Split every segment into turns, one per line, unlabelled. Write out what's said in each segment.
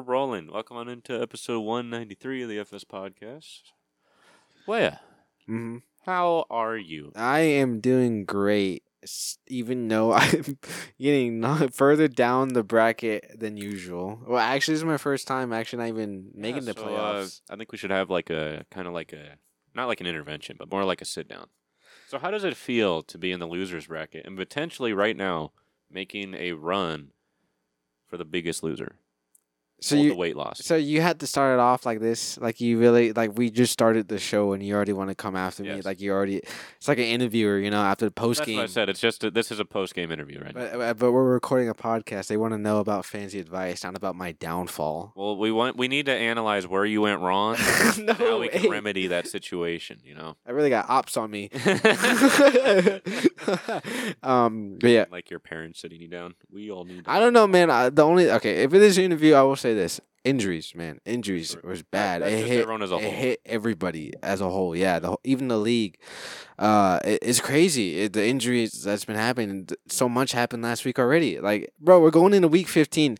welcome on into episode 193 of the FS Podcast. Well,
Mm-hmm.
how are you?
I am doing great, s- even though I'm getting not further down the bracket than usual. Well, actually, this is my first time actually not even making
Yeah,
the
so, uh,
playoffs.
I think we should have like a kind of like a, not like an intervention, but more like a sit down. So, how does it feel to be in the loser's bracket and potentially right now making a run for the biggest loser?
so
all
you
the weight loss.
so you had to start it off like this, like you really like we just started the show and you already want to come after me,
Yes.
like you already. It's like an interviewer, you know, after the post
That's what I
game.
said. It's just a, this is a post game interview right now.
But, uh, but- but we're recording a podcast. They want to know about fancy advice, not about my downfall.
Well, we want we need to analyze where you went wrong.
no,
Now we can
way.
remedy that situation. You know.
I really got ops on me. um, but yeah,
like your parents sitting you down. We all need.
I don't know, man. I, the only okay, if it is an interview, I will say this: injuries, man, injuries
Sure.
was bad.
that's
It
just
hit,
everyone as a
it
whole.
hit everybody as a whole. Yeah, the whole, even the league. Uh, it, it's crazy. It, the injuries that's been happening. th- So much happened last week already. Like, bro, we're going into week fifteen.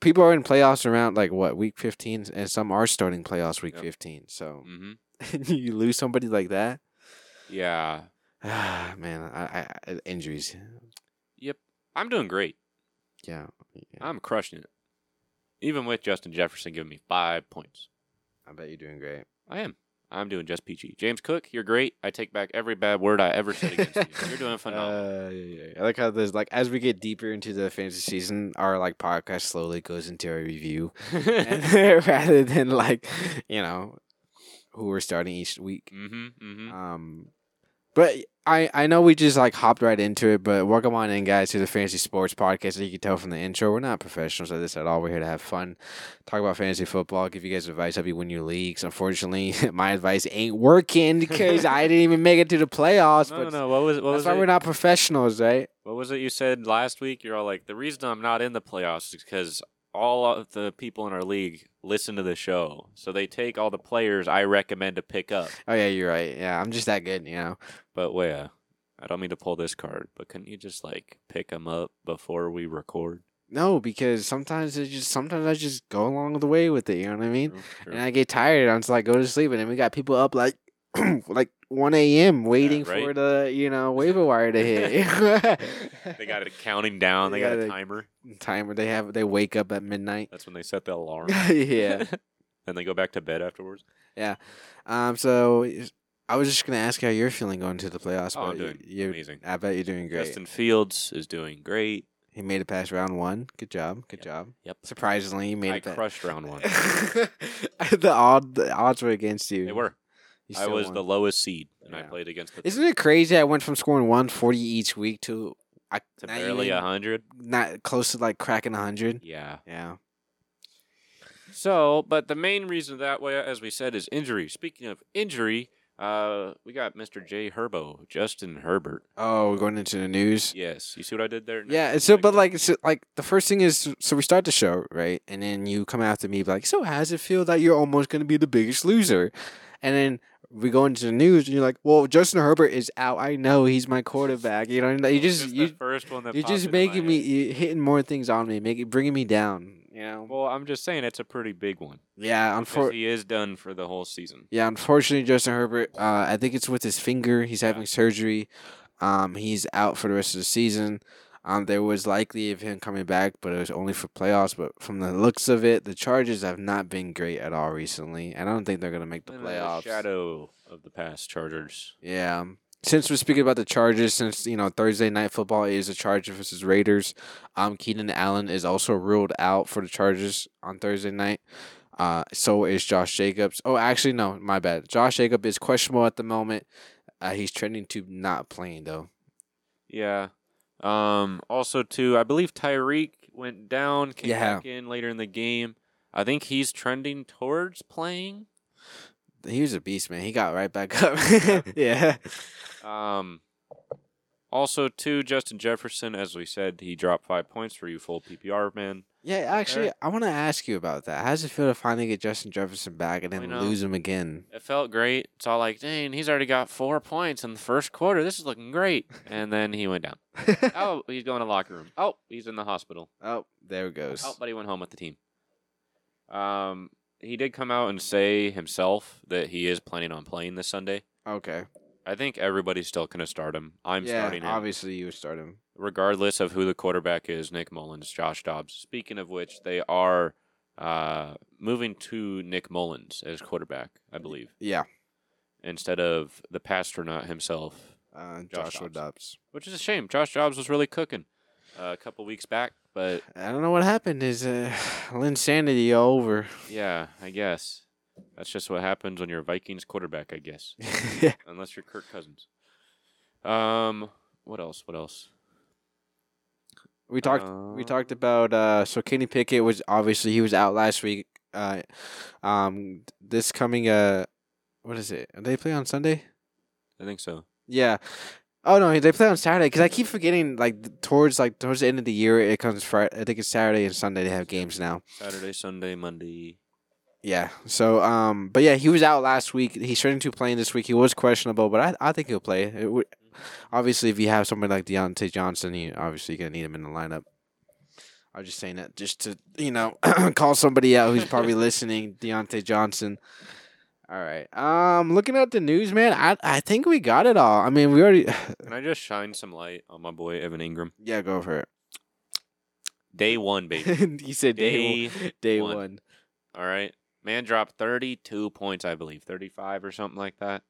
People are in playoffs around like what week fifteen, and some are starting playoffs week
Yep.
fifteen. So
hmm
you lose somebody like that.
Yeah.
Ah, man, I, I, I- injuries.
Yep. I'm doing great.
Yeah, yeah.
I'm crushing it. Even with Justin Jefferson giving me five points,
I bet you're doing great.
I am. I'm doing just peachy. James Cook, you're great. I take back every bad word I ever said against you. You're doing phenomenal.
Uh, yeah, yeah, yeah. I like how there's like as we get deeper into the fantasy season, our like podcast slowly goes into a review, and rather than like you know who we're starting each week.
hmm hmm
Um, but I I know we just like hopped right into it, but welcome on in, guys, to the Fantasy Sports Podcast. As you can tell from the intro, we're not professionals at this at all. We're here to have fun, talk about fantasy football, give you guys advice, help you win your leagues. Unfortunately, my advice ain't working because I didn't even make it to the playoffs.
No,
but
no, no. What was what
That's
was
why
it?
we're not professionals, right?
What was it you said last week? You're all like, the reason I'm not in the playoffs is because all of the people in our league listen to the show. So they take all the players I recommend to pick up.
Oh yeah, you're right. Yeah, I'm just that good, you know.
But wait, uh, I don't mean to pull this card, but couldn't you just like pick them up before we record?
No, because sometimes it just sometimes I just go along the way with it. You know what I mean?
True, true.
And I get tired. I'm just like go to sleep, and then we got people up like like 1 a.m. waiting for
right?
the you know waiver wire to hit.
they got it counting down. They
Yeah,
got a
they-
timer.
timer. They have they wake up at midnight.
That's when they set the alarm.
yeah.
and they go back to bed afterwards.
Um. So is- I was just gonna ask how you're feeling going to the playoffs.
Oh, I'm
but you-
doing
you,
amazing.
I bet you're doing great.
Justin Fields is doing great.
He made it past round one. Good job. Good job.
Yep.
Surprisingly, you made
I
it. past-
crushed round one.
the, odd, the odds were against you.
They were.
You
I
still
was
won.
the lowest seed, and I
Yeah.
played against the
Isn't it crazy? I went from scoring 140 each week to I,
to
not
barely
even-
a hundred.
not close to like cracking 100.
Yeah.
Yeah.
So, but the main reason that way, as we said, is injury. Speaking of injury, uh, we got Mr. J Herbo, Justin Herbert.
Oh, we're going into the news.
Yes, you see what I did there?
Yeah, and so but like so, like the first thing is so we start the show right, and then you come after me be like, so how's it feel that you're almost gonna be the biggest loser, and then we go into the news and you're like, well, Justin Herbert is out. I know he's my quarterback. You know, and you just
the
you
first one that
you're
popped
just
into my
making me e
head.
you're hitting more things on me, making bringing me down. You know.
Well, I'm just saying it's a pretty big one.
Yeah,
Because
unfor-
he is done for the whole season.
yeah, unfortunately, Justin Herbert. Uh, I think it's with his finger. He's
Yeah.
having surgery. Um, he's out for the rest of the season. Um, there was likely of him coming back, but it was only for playoffs. But from the looks of it, the Chargers have not been great at all recently, and I don't think they're gonna make the
And a
playoffs.
shadow of the past Chargers.
Yeah. Since we're speaking about the Chargers, since you know Thursday night football is the Chargers versus Raiders, um, Keenan Allen is also ruled out for the Chargers on Thursday night. Uh, so is Josh Jacobs. Oh, actually, no, my bad. Josh Jacob is questionable at the moment. Uh, he's trending to not playing though.
Yeah. Um, also, too, I believe Tyreek went down, came
Yeah.
back in later in the game. I think he's trending towards playing.
He was a beast, man. He got right back up. yeah.
Um, also, too, Justin Jefferson, as we said, he dropped five points for you, full PPR man.
Yeah, actually, I want to ask you about that. How does it feel to finally get Justin Jefferson back and
I
then
know.
lose him again?
It felt great. It's all like, dang, he's already got four points in the first quarter. This is looking great. And then he went down. Oh, he's going to locker room. Oh, he's in the hospital.
oh, there it goes.
Oh, but he went home with the team. Um, he did come out and say himself that he is planning on playing this Sunday.
Okay.
I think everybody's still going to start him. I'm
yeah,
starting him.
obviously you would start him.
regardless of who the quarterback is, Nick Mullins, Josh Dobbs. Speaking of which, they are uh, moving to Nick Mullins as quarterback, I believe,
Yeah.
instead of the pastronaut himself,
Uh,
Josh
Joshua Dobbs.
which is a shame. Josh Dobbs was really cooking uh, a couple weeks back, but
I don't know what happened. Is uh, insanity all over?
yeah, I guess that's just what happens when you're a Vikings quarterback, I guess, unless you're Kirk Cousins. Um, what else? What else?
we talked.
Uh-huh.
we talked about uh, so Kenny Pickett was obviously he was out last week. Uh, um, this coming uh, what is it? They play on Sunday.
I think so.
Yeah. Oh no, they play on Saturday because I keep forgetting. Like th- towards like towards the end of the year, it comes Friday. I think it's Saturday and Sunday they have games now.
Saturday, Sunday, Monday.
Yeah. So um, but yeah, he was out last week. He's starting to playing this week. He was questionable, but I I think he'll play. It would, obviously, if you have somebody like Deontay Johnson, you obviously gonna need him in the lineup. I was just saying that just to you know call somebody out who's probably listening, Deontay Johnson. All right. Um, looking at the news, man, I I think we got it all. I mean, we already.
Can I just shine some light on my boy Evan Ingram?
Yeah, go for it.
Day one, baby.
he said
Day
day one. Day
one.
one.
All right. Man dropped 32 points, I believe, 35 or something like that.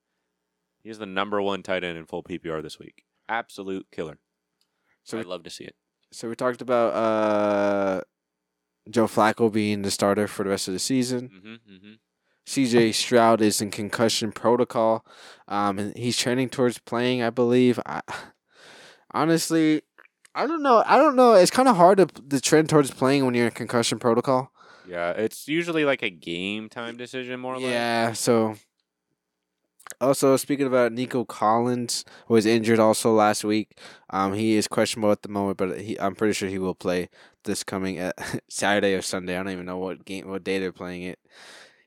He's the number one tight end in full PPR this week. Absolute killer.
So
I'd
we,
love to see it.
so we talked about uh, Joe Flacco being the starter for the rest of the season.
Mm-hmm, mm-hmm.
CJ Stroud is in concussion protocol. Um, and he's trending towards playing, I believe. I, honestly, I don't know. I don't know. It's kind of hard to the trend towards playing when you're in concussion protocol.
Yeah, it's usually like a game time decision, more or less.
Yeah. So, also speaking about Nico Collins, who was injured also last week. Um, he is questionable at the moment, but he, I'm pretty sure he will play this coming uh, Saturday or Sunday. I don't even know what game, what day they're playing it.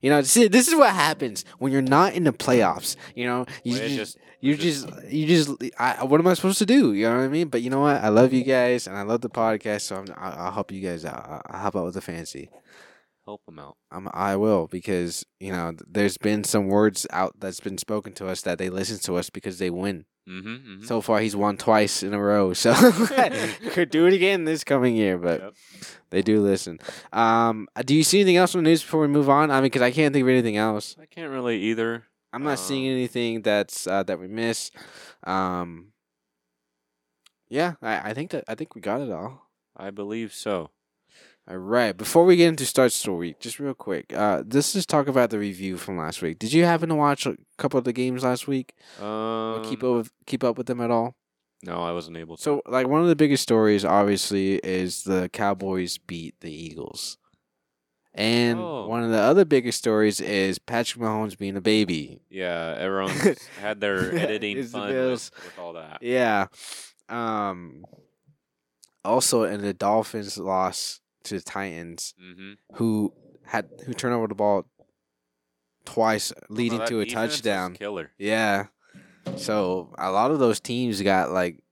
You know, see, this is what happens when you're not in the playoffs. You know, you
Well, it's
just,
just-
you
it's just-
just, you just. I, what am I supposed to do? You know what I mean? But you know what? I love you guys, and I love the podcast. So I'm, I, I'll help you guys out. I- I'll help out with the fancy.
Help him out.
Um, I will because you know th- there's been some words out that's been spoken to us that they listen to us because they win.
Mm-hmm. mm-hmm.
So far, he's won twice in a row, so could do it again this coming year. But
Yep.
they do listen. Um, do you see anything else on the news before we move on? I mean, because I can't think of anything else.
I can't really either.
I'm not seeing
Um,
anything that's uh, that we miss. Um, yeah, I, I think that I think we got it all.
I believe so.
All right. Before we get into starts of the week, just real quick, uh, let's just talk about the review from last week. Did you happen to watch a couple of the games last week? Or
Um,
keep up with, keep up with them at all?
No, I wasn't able to.
So, like one of the biggest stories, obviously, is the Cowboys beat the Eagles, and
Oh.
one of the other biggest stories is Patrick Mahomes being a baby.
yeah, everyone had their editing
It's the
fun with,
Bills.
with all that.
Yeah. Um. Also, and the Dolphins lost to the Titans.
Mm-hmm.
who had who turned over the ball twice, leading to a touchdown.
Killer.
Yeah. So a lot of those teams got like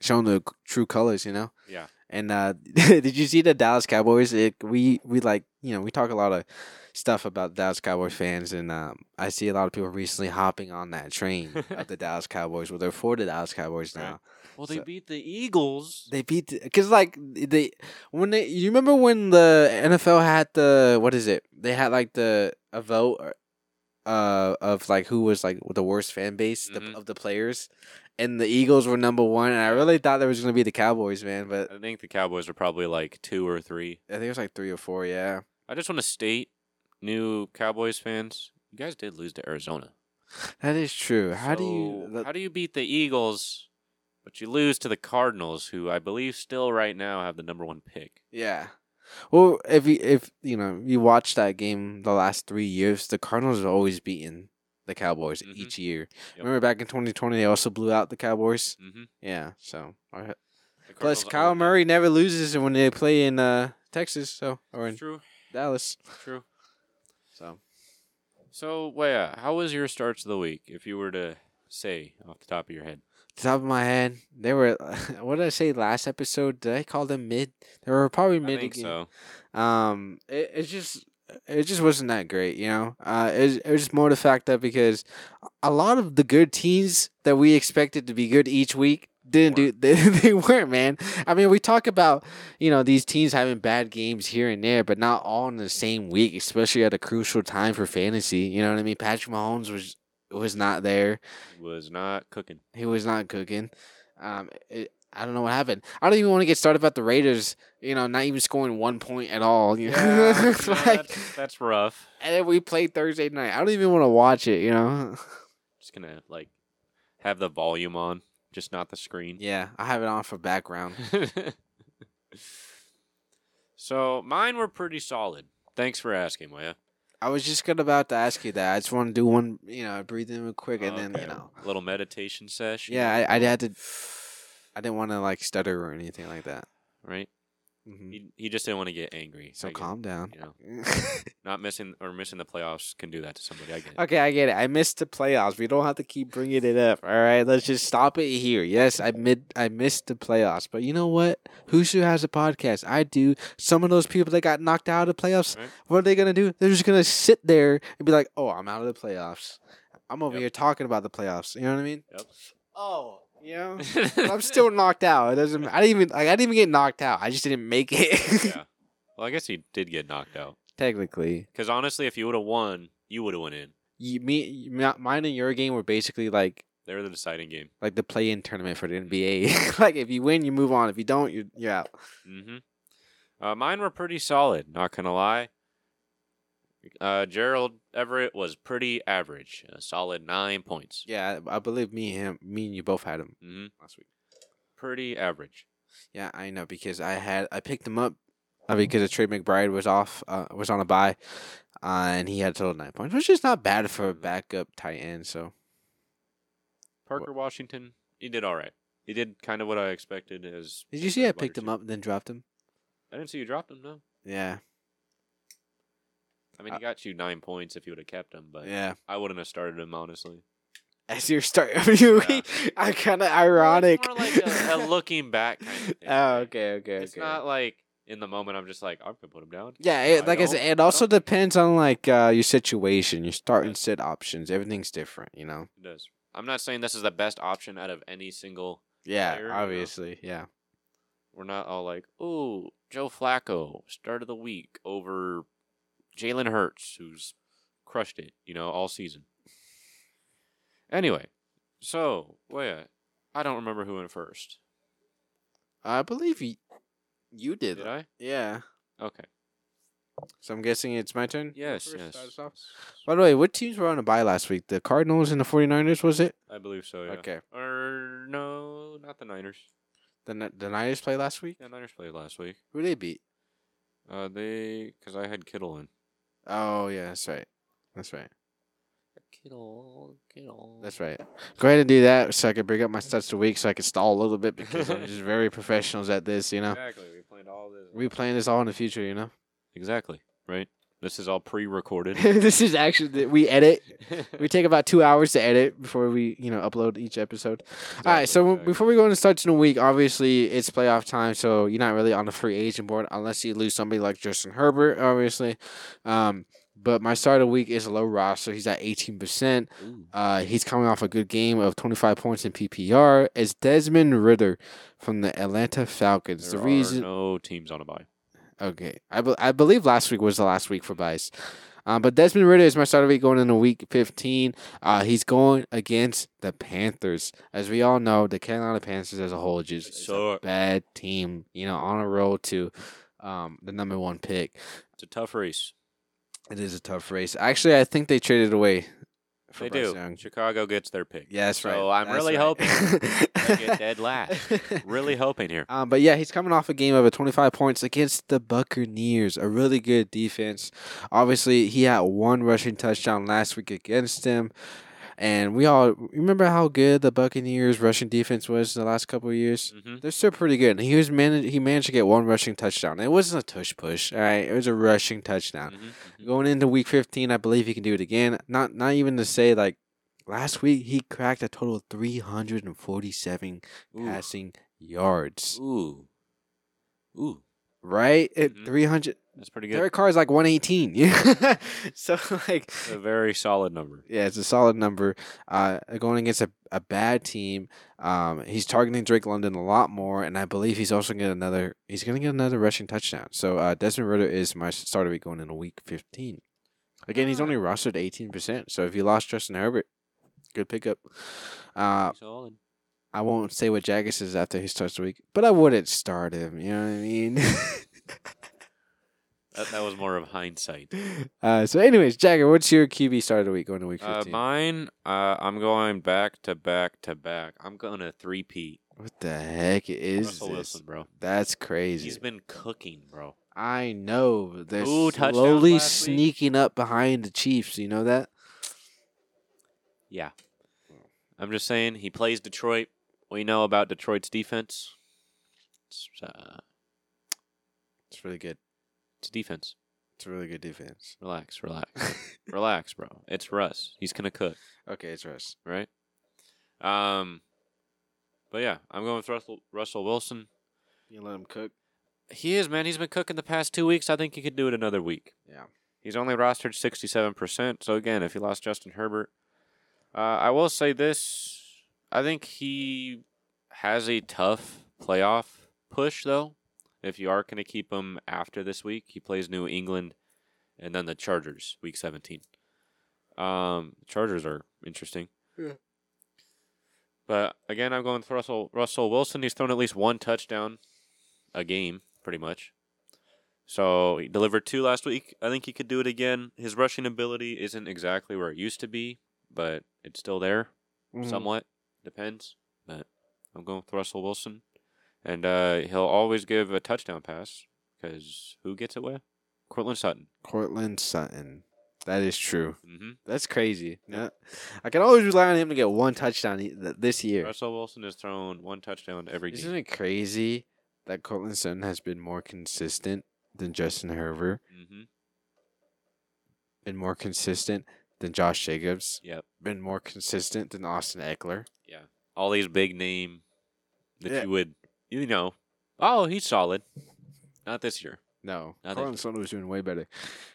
shown the c- true colors, you know.
Yeah.
And uh, did you see the Dallas Cowboys? It, we we like you know we talk a lot of stuff about Dallas Cowboys fans, and um, I see a lot of people recently hopping on that train of the Dallas Cowboys. Well, they're for the Dallas Cowboys
Right.
now.
Well, they
So-
beat the Eagles.
They beat because like they when they you remember when the NFL had the what is it? They had like the a vote or- uh of like who was like the worst fan base
Mhm.
the, of the players, and the Eagles were number one, and I really thought there was gonna be the Cowboys, man, but
I think the Cowboys are probably like two or three.
I think it was like three or four, yeah.
I just want to state, new Cowboys fans, you guys did lose to Arizona.
That is true. How do you?
So,
the-
how do you beat the Eagles, but you lose to the Cardinals, who I believe still right now have the number one pick?
yeah. Well, if you if you know you watch that game the last three years, the Cardinals have always beaten the Cowboys
Mhm.
each year.
Yep.
Remember back in 2020, they also blew out the Cowboys.
Mm-hmm.
Yeah. So plus, Kyle
Murray.
Murray never loses when they play in uh, Texas, so or in
True,
Dallas.
true.
So
So, yeah, how was your starts of the week? If you were to say off the top of your head,
top of my head, they were. what did I say last episode? Did I call them mid? They were probably
I
mid.
think
again.
so.
Um, it, it's just it just wasn't that great, you know. Uh, it, was, it was just more the fact that because a lot of the good teams that we expected to be good each week didn't do they, they weren't man i mean we talk about you know these teams having bad games here and there but not all in the same week especially at a crucial time for fantasy you know what i mean patrick mahomes was was not there
Was not cooking.
he was not cooking um it, i don't know what happened i don't even want to get started about the raiders you know not even scoring one point at all you know It's like-
that's, that's rough.
and then we played thursday night i don't even want to watch it you know
Just gonna like have the volume on, just not the screen.
yeah i have it on for background
so mine were pretty solid. Thanks for asking, Maya.
i was just gonna about to ask you that i just want to do one you know breathe in real quick and then
Okay.
you know
little meditation session.
Yeah, I, I had to. I didn't want to like stutter or anything like that.
right.
hmm
He, he just didn't want to get angry.
So
Mm-hmm. I get it,
calm down.
You know, not missing or missing the playoffs can do that to somebody. I get it.
okay, I get it. I missed the playoffs. We don't have to keep bringing it up. All right, let's just stop it here. Yes, I mid I missed the playoffs, but you know what? Whosu has a podcast. I do. Some of those people that got knocked out of the playoffs,
Right.
what are they gonna do? They're just gonna sit there and be like, "Oh, I'm out of the playoffs. I'm over
Yep.
here talking about the playoffs." You know what I mean?
Yep.
Oh, you know. I'm still knocked out. It doesn't. I didn't even. Like, I didn't even get knocked out. I just didn't make it.
yeah. Well, I guess he did get knocked out.
Technically,
Because honestly, if you would have won, you would have went in.
you, me, you- mi- mine and your game were basically like
They were the deciding game.
like the play-in tournament for the NBA. like if you win, you move on. If you don't, you're, you're out.
hmm Uh, mine were pretty solid. Not gonna lie. Uh, Gerald Everett was pretty average. A solid nine points.
Yeah, I I believe me, and him, me and you both had him
hmm
last week.
Pretty average.
Yeah, I know because I had I picked him up uh,
Mm-hmm.
because Trey McBride was off uh, was on a bye, uh, and he had a total of nine points, which is not bad for a backup tight end. So
Parker Washington, he did all right. He did kind of what I expected. As
did you
as
see
a
I
wide
picked him
receiver.
up and then dropped him?
I didn't see you dropped him. No,
Yeah,
I mean he got you nine points if you would have kept him, but
yeah.
I wouldn't have started him honestly.
As your start of your
Yeah.
week, I kind of
Well,
ironic.
it's more like a, a looking back kind of thing.
Oh, okay, okay,
It's
okay.
not like in the moment I'm just like I'm gonna put him down.
yeah, it,
I
like oh, I said,
don't-
it
I
also
don't-
depends on like uh, your situation, your start and sit options. Everything's different, you know.
It does. I'm not saying this is the best option out of any single.
Yeah,
Player, you know?
obviously, yeah.
We're not all like, oh, Joe Flacco, start of the week over Jalen Hurts, who's crushed it, you know, all season. Anyway, so wait, I don't remember who went first.
I believe you, you did.
Did I?
Yeah.
Okay.
So I'm guessing it's my turn.
Yes.
first start us
Yes.
off? By the way, what teams were on a bye last week? The Cardinals and the 49ers, was it?
I believe so. Yeah.
Okay.
Or no, not the Niners.
The Ni- the Niners play last week.
Yeah, Niners played last week.
Who they beat?
Uh, they because I had Kittle in.
Oh yeah, that's right. That's right.
Kittle, Kittle.
That's right. Go ahead and do that so I can bring up my stats of the week so I can stall a little bit because I'm just very professionals at this, you know.
Exactly. We played all this.
We plan this all in the future, you know.
Exactly. Right. This is all pre-recorded.
this is actually the, we edit. We take about two hours to edit before we, you know, upload each episode. all right. So
Exactly,
before we go into starts in the week, obviously it's playoff time, so you're not really on the free agent board unless you lose somebody like Justin Herbert, obviously. Um, but my start of the week is low Ross, so he's at eighteen percent.
exactly. Ooh.
Uh, he's coming off a good game of 25 points in PPR. It's Desmond Ritter from the Atlanta Falcons.
There
the
are
reason,
no teams on a bye.
okay, I, be- I believe last week was the last week for buys. Um, but Desmond Ritter is my starter week going into week 15. Uh, he's going against the Panthers. As we all know, the Carolina Panthers as a whole is just is a
suck.
bad team. You know, on a roll to um, the number one pick.
It's a tough race.
It is a tough race. Actually, I think they traded away. For
They
Bryce
do.
Young.
Chicago gets their pick.
Yeah, that's right.
So I'm
That's
really
right.
hoping they get dead last. Really hoping here.
Um, but yeah, he's coming off a game of a 25 points against the Buccaneers, a really good defense. Obviously, he had one rushing touchdown last week against them, and we all remember how good the Buccaneers' rushing defense was the last couple of years.
hmm
They're still pretty good. And he was managed. He managed to get one rushing touchdown. It wasn't a tush push. All right, it was a rushing touchdown.
Mm-hmm.
Going into week 15, I believe he can do it again. Not not even to say like last week he cracked a total of 347 passing yards.
Ooh. Ooh.
Right? It
Mhm.
300
That's pretty good.
Derek Carr is like 118. Yeah. so like
a very solid number.
yeah, it's a solid number. Uh, going against a, a bad team, um, he's targeting Drake London a lot more, and I believe he's also gonna get another. He's gonna get another rushing touchdown. So uh, Desmond Ritter is my starter week going into Week 15. Again, he's only rostered 18 percent. So if you lost Justin Herbert, good pickup. Uh,
Pretty solid.
I won't say what Jagus is after he starts the week, but I wouldn't start him. You know what I mean?
That, that was more of hindsight.
uh, so, anyways, Jagger, what's your QB start of the week going to Week
Uh,
15?
mine, uh, I'm going back to back to back. I'm going to three P.
what the heck is
Russell
this?
Wilson, bro.
That's crazy.
He's been cooking, bro.
I know. but They're
Ooh, touchdowns
slowly
last week.
sneaking up behind the Chiefs. You know that?
Yeah. I'm just saying he plays Detroit. We know about Detroit's defense. It's, uh,
It's really good.
it's defense.
It's a really good defense.
Relax, relax, relax, bro. It's Russ. He's gonna cook,
okay, it's Russ.
right? Um, but yeah, I'm going with Russell Russell Wilson.
You let him cook.
He is man. He's been cooking the past two weeks. I think he could do it another week.
Yeah.
He's only rostered 67%. So, again, if he lost Justin Herbert, uh, I will say this. I think he has a tough playoff push, though. If you are going to keep him after this week, he plays New England and then the Chargers, week 17. Um, Chargers are interesting.
Yeah.
But again, I'm going with Russell, Russell Wilson. He's thrown at least one touchdown a game, pretty much. So he delivered two last week. I think he could do it again. His rushing ability isn't exactly where it used to be, but it's still there
Mm,
somewhat. Depends. But I'm going with Russell Wilson. And uh, he'll always give a touchdown pass because who gets it where? Cortland Sutton.
Cortland Sutton. That is true.
hmm
That's crazy. Yeah. I can always rely on him to get one touchdown e- th- this year.
Russell Wilson has thrown one touchdown every game.
Isn't it crazy that Cortland Sutton has been more consistent than Justin Herbert,
hmm
been more consistent than Josh Jacobs,
Yep.
been more consistent than Austin Eckler?
All these big name that
Yeah.
you would, you know, oh, he's solid. Not this year.
No,
No, they-
Cortland Sutton was doing way better.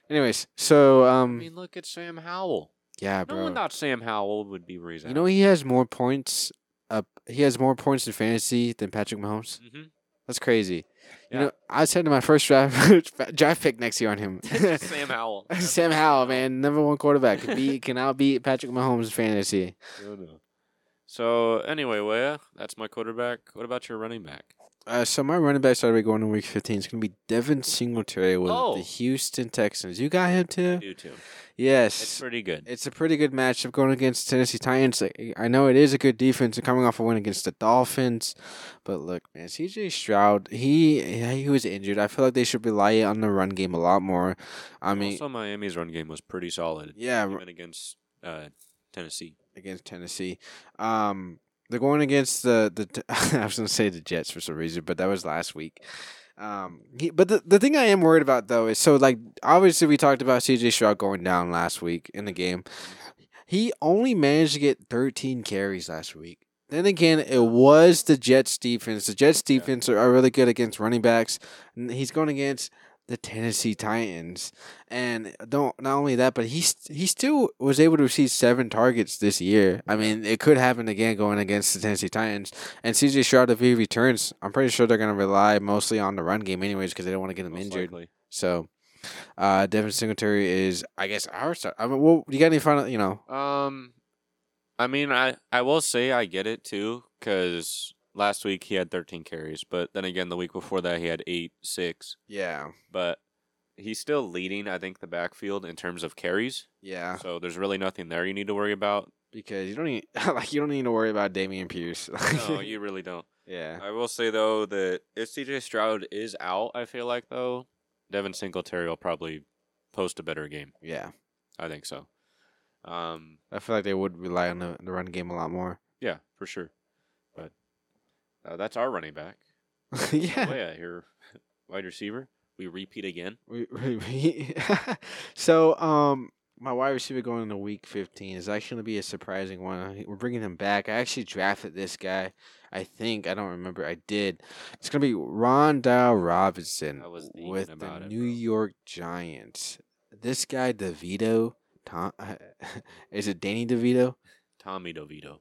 Anyways, so
I
um,
mean, look at Sam Howell.
yeah,
No one
bro.
thought Sam Howell would be where he's
You know he has more points. Up, he has more points in fantasy than Patrick Mahomes.
hmm
That's crazy. You
Yeah.
know, I said to my first draft draft pick next year on him.
Sam Howell.
Sam Howell, man, number one quarterback, can be can outbeat Patrick Mahomes in fantasy.
So anyway, Wea, that's my quarterback. What about your running back?
Uh, so my running back started going in week fifteen. It's gonna be Devin Singletary with
Oh.
the Houston Texans. You got him too.
You too.
Yes,
It's pretty good.
It's a pretty good matchup going against Tennessee Titans. I know it is a good defense and coming off a win against the Dolphins, but look, man, CJ Stroud, he yeah, he was injured. I feel like they should rely on the run game a lot more. I mean,
also, Miami's run game was pretty solid,
yeah, r-
even against uh, Tennessee.
against Tennessee. Um, they're going against the the. I was gonna say the Jets for some reason, but that was last week. Um, he, but the the thing I am worried about though is so like obviously we talked about CJ Stroud going down last week in the game. He only managed to get 13 carries last week. Then again, it was the Jets defense. The Jets
Yeah.
defense are, are really good against running backs. And he's going against the Tennessee Titans, and don't not only that, but he st- he still was able to receive seven targets this year. I mean, it could happen again going against the Tennessee Titans. And CJ Stroud, if he returns, I'm pretty sure they're going to rely mostly on the run game anyways because they don't want to get him
most
injured.
likely.
So, uh, Devin Singletary is, I guess, our start. I mean, well, you got any final? You know,
Um, I mean, I I will say I get it too, because last week he had 13 carries, but then again, the week before that he had eight, six,
yeah,
but he's still leading. I think the backfield in terms of carries.
yeah,
So there's really nothing there you need to worry about.
because you don't need like you don't need to worry about Damian Pierce.
No, you really don't.
yeah,
I will say though that if CJ Stroud is out, I feel like though Devin Singletary will probably post a better game.
yeah.
I think so. Um,
I feel like they would rely on the, the run game a lot more.
yeah, for sure. But uh, that's our running back.
yeah.
Oh yeah, your wide receiver. We repeat again.
We, we, we- so um my wide receiver going into week 15 is actually going to be a surprising one. We're bringing him back. I actually drafted this guy. I think I don't remember. I did. It's going to be Rondell Robinson
I was thinking
with the
about it,
New
bro.
York Giants. This guy DeVito, Tom, is it Danny DeVito?
Tommy DeVito.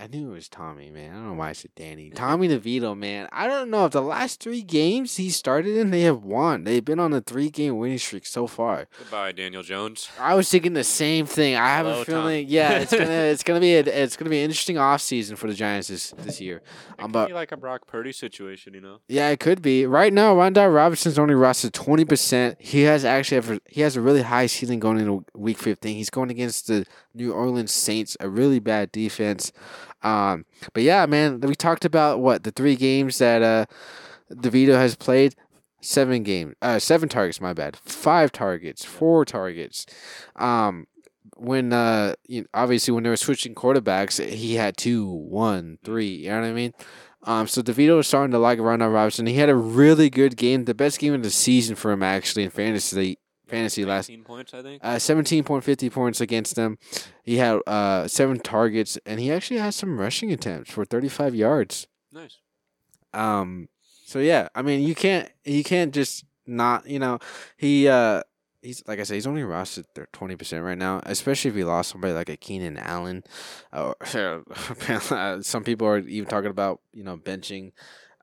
I knew it was Tommy, man. I don't know why I said Danny. Tommy DeVito, man. I don't know if the last three games he started in, they have won. They've been on a three-game winning streak so far.
Goodbye, Daniel Jones.
I was thinking the same thing. I have
Hello,
a
Tom.
feeling, yeah, it's gonna it's gonna be a, it's gonna be an interesting offseason for the Giants this, this year.
It
I'm
could
about-
be like a Brock Purdy situation, you know.
Yeah, it could be. Right now, Rondell Robinson's only rostered twenty percent. He has actually have, a- he has a really high ceiling going into Week fifteen. He's going against the New Orleans Saints, a really bad defense. Um, but yeah, man, we talked about what the three games that uh, DeVito has played. Seven game, uh, seven targets. My bad. Five targets, four targets. Um, when uh, you obviously when they were switching quarterbacks, he had two, one, three. You know what I mean? Um, so DeVito is starting to like Rondell Robinson. He had a really good game, the best game of the season for him actually in fantasy. Fantasy last
19 points, I think.
uh, seventeen point fifty points against them. He had uh seven targets and he actually had some rushing attempts for thirty five yards.
Nice.
Um, so yeah, I mean, you can't you can't just not you know he uh he's like I said he's only rostered twenty percent right now, especially if he lost somebody like a Keenan Allen, or uh, some people are even talking about you know benching.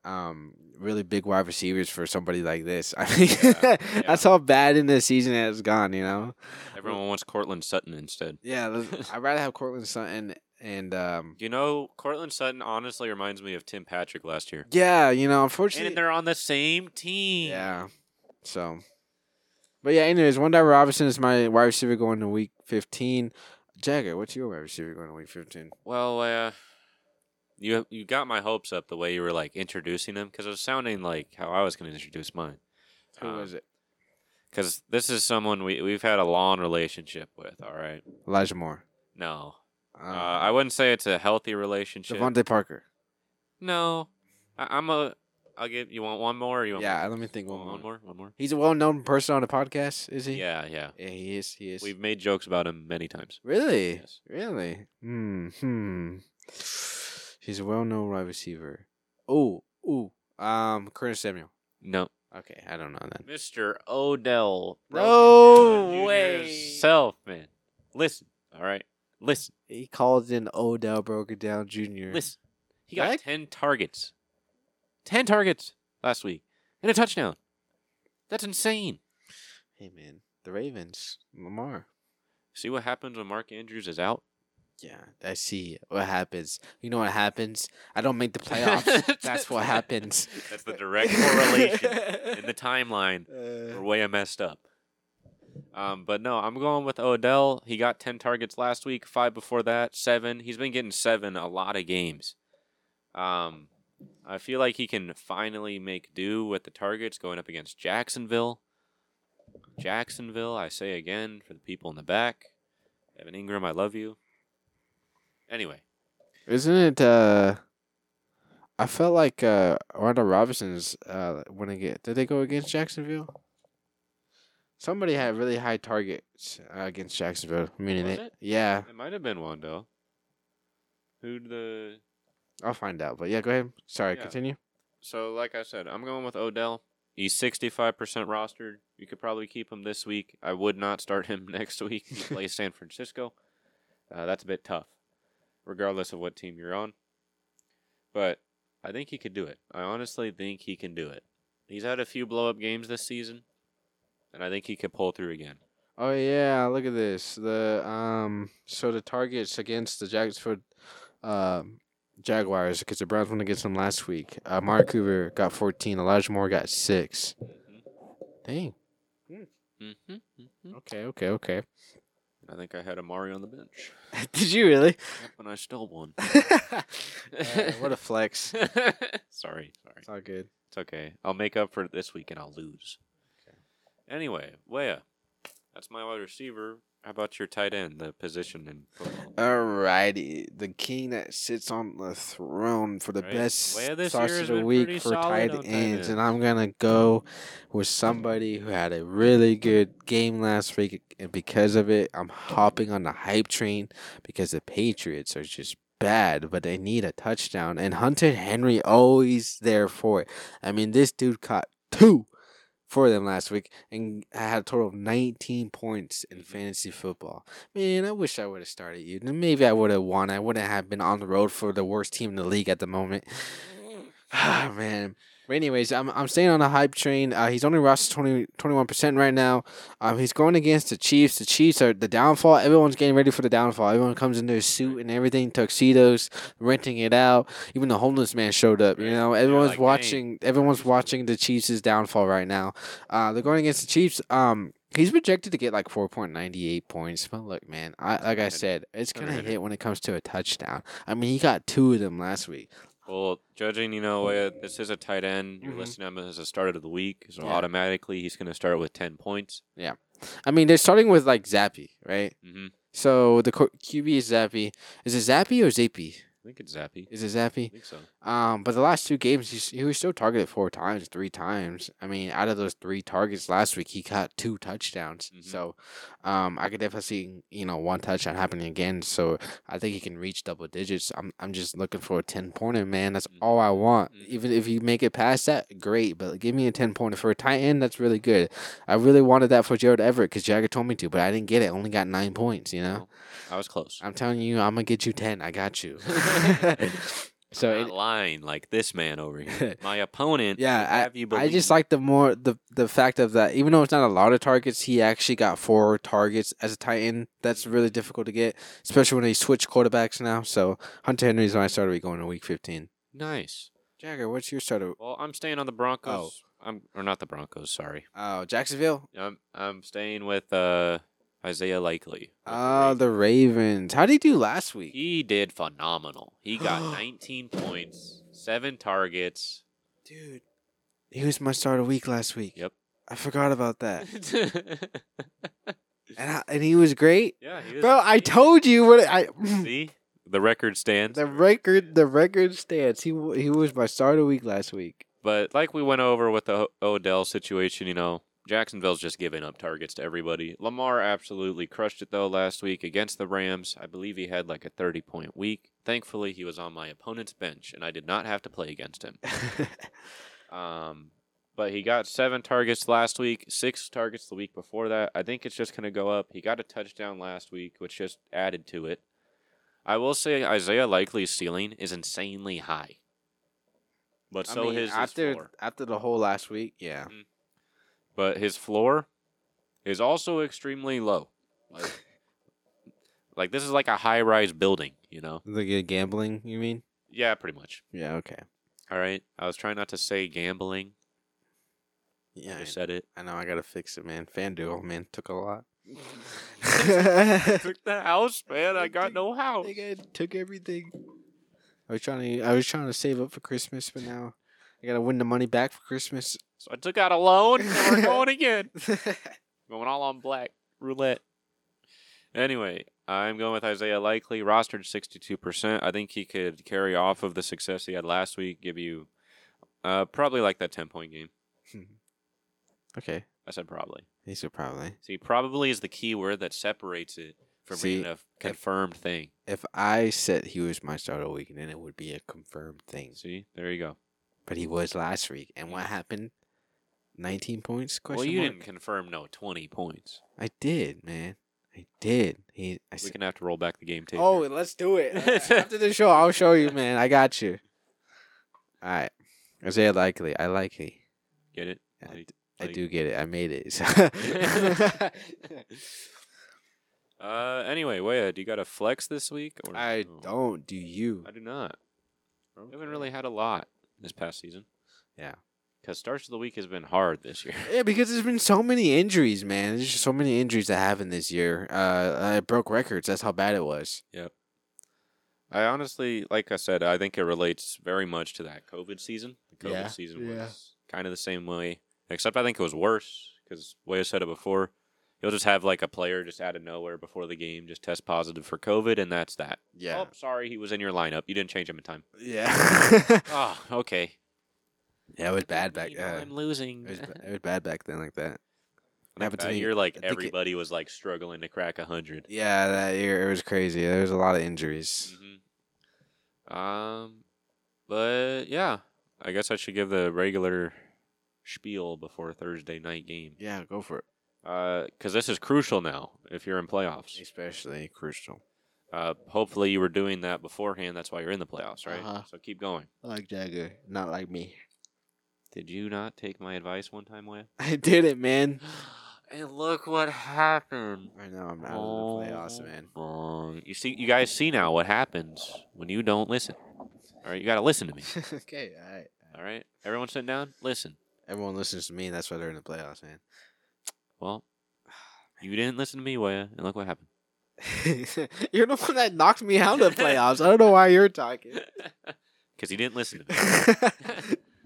Um, really big wide receivers for somebody like this. I mean,
Yeah,
that's how bad in the season it has gone. You know,
Everyone wants Cortland Sutton instead.
yeah, let's- I'd rather have Cortland Sutton and um,
You know, Cortland Sutton honestly reminds me of Tim Patrick last year.
yeah, you know, unfortunately,
And they're on the same team.
Yeah. So, but yeah. Anyways, one Wondell Robinson is my wide receiver going to week fifteen. Jagger, what's your wide receiver going to week fifteen?
Well, uh, you you got my hopes up the way you were like introducing them because it was sounding like how I was going to introduce mine.
Who
Um,
was it?
Because this is someone we we've had a long relationship with. All right.
Elijah Moore.
No,
Um,
uh, I wouldn't say it's a healthy relationship.
Devontae Parker.
no, I, I'm a. I'll give you want one more. Or you want
Yeah, let me think
One,
one,
one,
more.
more. One more.
He's a well-known person on the podcast, is he?
Yeah, yeah.
Yeah, he is. He is.
We've made jokes about him many times.
really,
Yes.
really. Hmm. Hmm. He's a well-known wide receiver. Oh, ooh. Um, Curtis Samuel.
No,
Okay, I don't know that.
Mr. Odell.
No
Beckham Jr.
way.
Self, man. Listen, all right. Listen,
He called in Odell Broken Down Jr.
listen. He got
What?
10 targets. 10 targets last week and a touchdown. That's insane.
Hey man, the Ravens, Lamar.
See what happens when Mark Andrews is out?
Yeah, I see what happens. You know what happens? I don't make the playoffs. That's what happens.
That's the direct correlation in the timeline.
Uh,
We're way messed up. Um, but no, I'm going with Odell. He got 10 targets last week, five before that, seven. He's been getting seven a lot of games. Um, I feel like he can finally make do with the targets going up against Jacksonville. Jacksonville, I say again for the people in the back. Evan Ingram, I love you. Anyway,
Isn't it? uh I felt like uh Arnold Robinson's uh when they get did they go against Jacksonville? Somebody had really high targets uh, against Jacksonville. Meaning
Was
it?
it?
Yeah,
it might have been Wando. Who'd the
I'll find out. But yeah, go ahead. Sorry,
Yeah.
continue.
so like I said, I'm going with Odell. He's 65% rostered. You could probably keep him this week. I would not start him next week. He plays San Francisco. Uh, that's a bit tough, regardless of what team you're on. But I think he could do it. I honestly think he can do it. He's had a few blow up games this season, and I think he could pull through again.
Oh yeah, look at this. The um, so the targets against the Jacksonville, uh, Jaguars because the Browns won against them last week. Uh, Mark Cooper got fourteen. Elijah Moore got six. Dang.
Mm-hmm. hmm
Okay. Okay. Okay.
I think I had Amari on the bench.
Did you really?
Yep, and I stole one.
Uh, what a flex.
sorry, sorry.
It's all good.
It's okay. I'll make up for it this week and I'll lose.
Okay.
Anyway, Leia, that's my wide receiver. How about your tight end, the position in football?
Alrighty, the king that sits on the throne for the
Right.
best
Well, this
starts
year
of
has
the
been
week
pretty
for
solid
tight
on tight
ends, and
end.
I'm gonna go with somebody who had a really good game last week, and because of it, I'm hopping on the hype train because the Patriots are just bad, but they need a touchdown, and Hunter Henry always there for it. I mean, this dude caught two for them last week and I had a total of 19 points in fantasy football. Man, I wish I would have started you. Then Maybe I would have won. I wouldn't have been on the road for the worst team in the league at the moment. Ah, man. But anyways, I'm I'm staying on a hype train. Uh, he's only rostered 20, 21% right now. Um, he's going against the Chiefs. The Chiefs are the downfall. Everyone's getting ready for the downfall. Everyone comes in their suit and everything, tuxedos, renting it out. Even the homeless man showed up. You
Right.
know,
Yeah,
everyone's
like, dang.
watching. Everyone's watching the Chiefs' downfall right now. Uh, they're going against the Chiefs. Um, he's projected to get like 4.98 points. But look, man, I like I
Underrated.
said, it's gonna
Underrated.
hit when it comes to a touchdown. I mean, he got two of them last week.
Well, judging, you know, uh, this is a tight end. You're
Mhm.
listing him as a starter of the week, so
Yeah.
automatically he's going to start with 10 points.
I mean, they're starting with like Zappy, right?
hmm
So the Q- QB is Zappy. Is it Zappy or Zappy?
I think it's Zappy.
Is it
I
Zappy?
think so.
Um, but the last two games, he's, he was still targeted four times, three times. I mean, out of those three targets last week, he caught two touchdowns.
Mhm.
So, um, I could definitely see you know one touchdown happening again. So I think he can reach double digits. I'm I'm just looking for a ten pointer, man. That's
Mhm.
all I want.
Mhm.
Even if you make it past that, great. But give me a ten pointer for a tight end. That's really good. I really wanted that for Jared Everett because Jagger told me to, but I didn't get it. I only got nine points. You know,
Well, I was close.
I'm telling you, I'm gonna get you ten. I got you. so
Not
it-
lying like this man over here. My opponent.
Yeah,
would have you
I just
believe-
like the more the the fact of that even though it's not a lot of targets, he actually got four targets as a tight end. That's really difficult to get, especially when they switch quarterbacks now. So Hunter Henry's when I started we going to week fifteen.
nice.
Jagger, what's your starter?
Well, I'm staying on the Broncos. I'm or not the Broncos. Sorry,
Oh, Jacksonville.
I'm I'm staying with uh, Isaiah Likely. with the
Oh,
Ravens.
the Ravens. How would he do last week?
he did phenomenal. He got 19 points, seven targets.
Dude, he was my starter week last week.
Yep.
I forgot about that,
yeah,
and I, and he was great,
he was
bro. I
amazing.
told you what I.
See, the record stands.
The record, the record stands. He wa- he was my starter week last week.
But like we went over with the O- Odell situation, you know, Jacksonville's just giving up targets to everybody. Lamar absolutely crushed it though last week against the Rams. I believe he had like a 30 point week. Thankfully, he was on my opponent's bench and I did not have to play against him. Um, but he got seven targets last week, six targets the week before that. I think it's just going to go up. He got a touchdown last week, which just added to it. I will say Isaiah Likely's ceiling is insanely high. But so his is
after
floor.
after the whole last week, yeah.
but his floor is also extremely low. Like, like this is like a high rise building, you know?
The gambling, you mean?
Yeah, pretty much.
Yeah. Okay.
All right. I was trying not to say gambling.
Yeah,
I
I,
just said it.
I know. I gotta fix it, man. FanDuel, man, took a lot.
took the house, man. I got no house.
I took everything. I was trying to. I was trying to save up for Christmas, but now I gotta win the money back for Christmas.
So I took out a loan and we're going again. Going all on black roulette. Anyway, I'm going with Isaiah Likely, rostered 62%. I think he could carry off of the success he had last week, give you uh, probably like that 10 point game.
okay.
I said probably.
These are probably.
See, probably is the key word that separates it from
See,
being a confirmed thing.
If I said he was my starter week, then it would be a confirmed thing.
See, there you go.
But he was last week, and what happened? Nineteen points? Question
well, you
mark?
didn't confirm no 20 points.
I did, man. I did. He. I
We're
said,
going to have to roll back the game tape.
oh,
here.
let's do it. Alright, After the show, I'll show you, man. I got you. All right, Isaiah Likely. I like he.
get it?
I
Like-
I
like-
do get it. I made it. so.
Uh, anyway, Waya, do you got a flex this week? Or
I
no?
don't. Do you?
I do not. We haven't really had a lot this past season.
Yeah.
Because starts of the week has been hard this year.
Yeah, because there's been so many injuries, man. There's just so many injuries that happened this year. Uh, I broke records. That's how bad it was.
I honestly, like I said, I think it relates very much to that COVID season. The COVID
Yeah.
season
Yeah.
was kind of the same way, except I think it was worse because way I said it before. It You'll just have like a player just out of nowhere before the game just test positive for COVID, and that's that.
Yeah.
Oh, sorry, he was in your lineup. You didn't change him in time.
Yeah.
Oh, okay.
yeah, it was bad back
You know,
then.
I'm losing.
It was, ba- it was bad back then, like that. What
Like
happened to
that
me?
year, like
I think it-
everybody was like struggling to crack a hundred.
Yeah, that year it was crazy. There was a lot of injuries.
Um, but yeah, I guess I should give the regular spiel before Thursday night game.
Yeah, go for it.
Uh, because this is crucial now if you're in playoffs.
Especially crucial.
Uh, hopefully you were doing that beforehand. That's why you're in the playoffs, right?
Uh-huh.
So keep going.
Like Jagger, not like me.
Did you not take my advice one time, Wyatt?
I did it, man.
And look what happened.
I know I'm out of the playoffs, man.
Wrong. Oh, You see, you guys see now what happens when you don't listen. All right, you got to listen to me.
okay, all right.
All right, everyone sit down. Listen.
Everyone listens to me, and that's why they're in the playoffs, man.
Well, you didn't listen to me, Waya, and look what happened.
you're the one that knocked me out of the playoffs. I don't know why you're talking.
Because you didn't listen to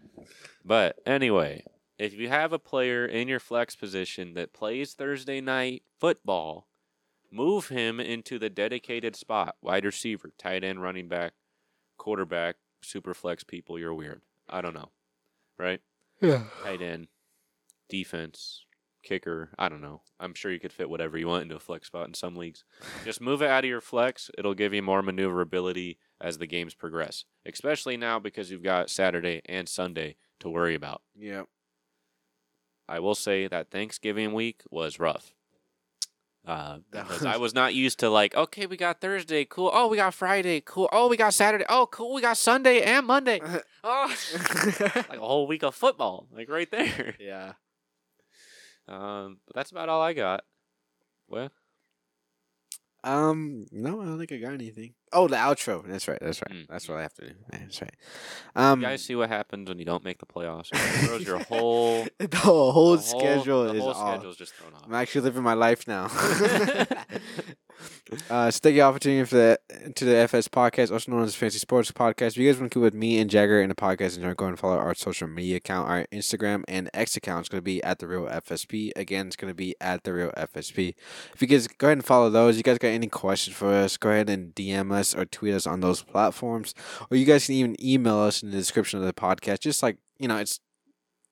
me. But anyway, if you have a player in your flex position that plays Thursday night football, move him into the dedicated spot wide receiver, tight end, running back, quarterback, super flex people. You're weird. I don't know. Right?
yeah.
Tight end, defense, kicker. I don't know. I'm sure you could fit whatever you want into a flex spot in some leagues. Just move it out of your flex. It'll give you more maneuverability as the games progress, especially now because you've got Saturday and Sunday to worry about.
Yeah.
I will say that Thanksgiving week was rough. Uh,
That
because
was-
I was not used to like, okay, we got Thursday, cool. Oh, we got Friday, cool. Oh, we got Saturday, oh, cool. We got Sunday and Monday. Oh, like a whole week of football, like right there.
yeah.
Um, but that's about all I got. Well,
Um, no, I don't think I got anything. Oh, the outro. That's right. That's right.
Mm.
That's what I have to do. Yeah, That's right. Um,
you guys see what happens when you don't make the playoffs. It throws your whole,
the whole,
the whole
schedule
the
is
whole
off.
schedule's just thrown off.
I'm actually living my life now. uh, so thank you all for tuning in for the to the FS podcast, also known as Fancy Sports Podcast. If you guys want to keep with me and Jagger in the podcast, and go and follow our social media account, our Instagram and X account is going to be at the real FSP. Again, it's going to be at the real FSP. If you guys go ahead and follow those, you guys got any questions for us? Go ahead and DM us or tweet us on those platforms, or you guys can even email us in the description of the podcast. Just like you know, it's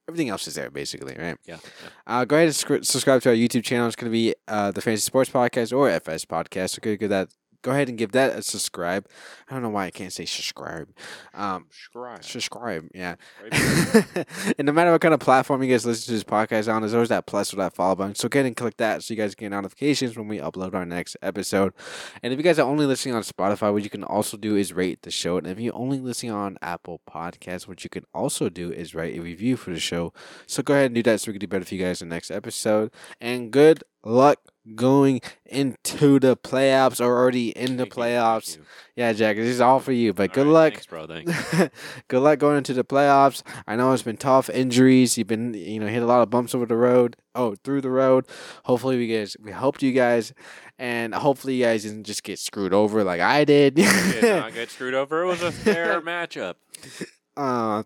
everything else is there basically, right?
yeah,
Uh, go ahead and scr- subscribe to our YouTube channel. It's going to be uh, the Fantasy Sports Podcast or FS Podcast. So go give that. Go ahead and give that a subscribe. I don't know why I can't say subscribe. Um,
subscribe.
subscribe, yeah.
Right there.
and no matter what kind of platform you guys listen to this podcast on, there's always that plus or that follow button. So go ahead and click that so you guys get notifications when we upload our next episode. And if you guys are only listening on Spotify, what you can also do is rate the show. And if you're only listening on Apple Podcasts, what you can also do is write a review for the show. So go ahead and do that so we can do better for you guys in the next episode. And good luck going into the playoffs or already in the
Thank you, thank
playoffs.
you.
Yeah, Jack, this is all for you, but
All
good
right,
luck.
thanks, bro. Thanks.
good luck going into the playoffs. I know it's been tough injuries. You've been you know hit a lot of bumps over the road. Oh, through the road. Hopefully we guys we helped you guys, and hopefully you guys didn't just get screwed over like I did.
did not get screwed over. It was a fair matchup.
uh, I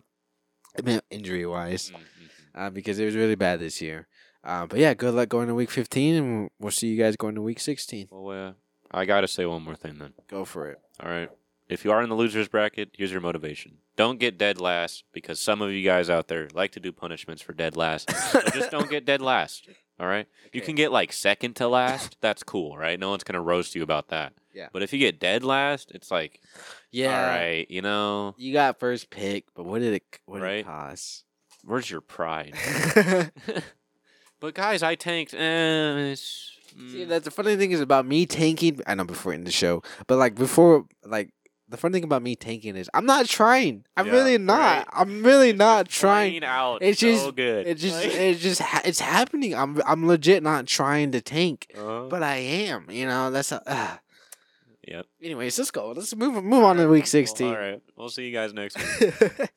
mean injury wise,
Mm, mm,
uh, because it was really bad this year. Uh, but yeah, good luck going to week fifteen, and we'll see you guys going to week sixteen.
mm. Well, uh, I gotta say one more thing then.
Go for it.
All right, if you are in the losers bracket, here's your motivation: don't get dead last because some of you guys out there like to do punishments for dead last. So just don't get dead last. All right, you
Okay.
can get like second to last. That's cool, right? No one's gonna roast you about that.
Yeah.
But if you get dead last, it's like,
Yeah.
all right, you know,
You got first pick, but what did it what did
Right.
it cost?
where's your pride? but guys, I tanked. Eh, it's,
See,
mm.
that's the funny thing is about me tanking. I know before in the show, but like before, like the funny thing about me tanking is I'm not trying. I'm
Yeah,
really not.
right.
I'm really
It's
not
just
trying.
plain Out
It's
it's
just-
so good.
It just,
Like-
it just, ha- it's happening. I'm, I'm legit not trying to tank,
Uh-huh.
but I am. You know, that's. A, uh.
Yep.
Anyways, let's go. Let's move, move on to week sixteen.
All right. We'll see you guys next week.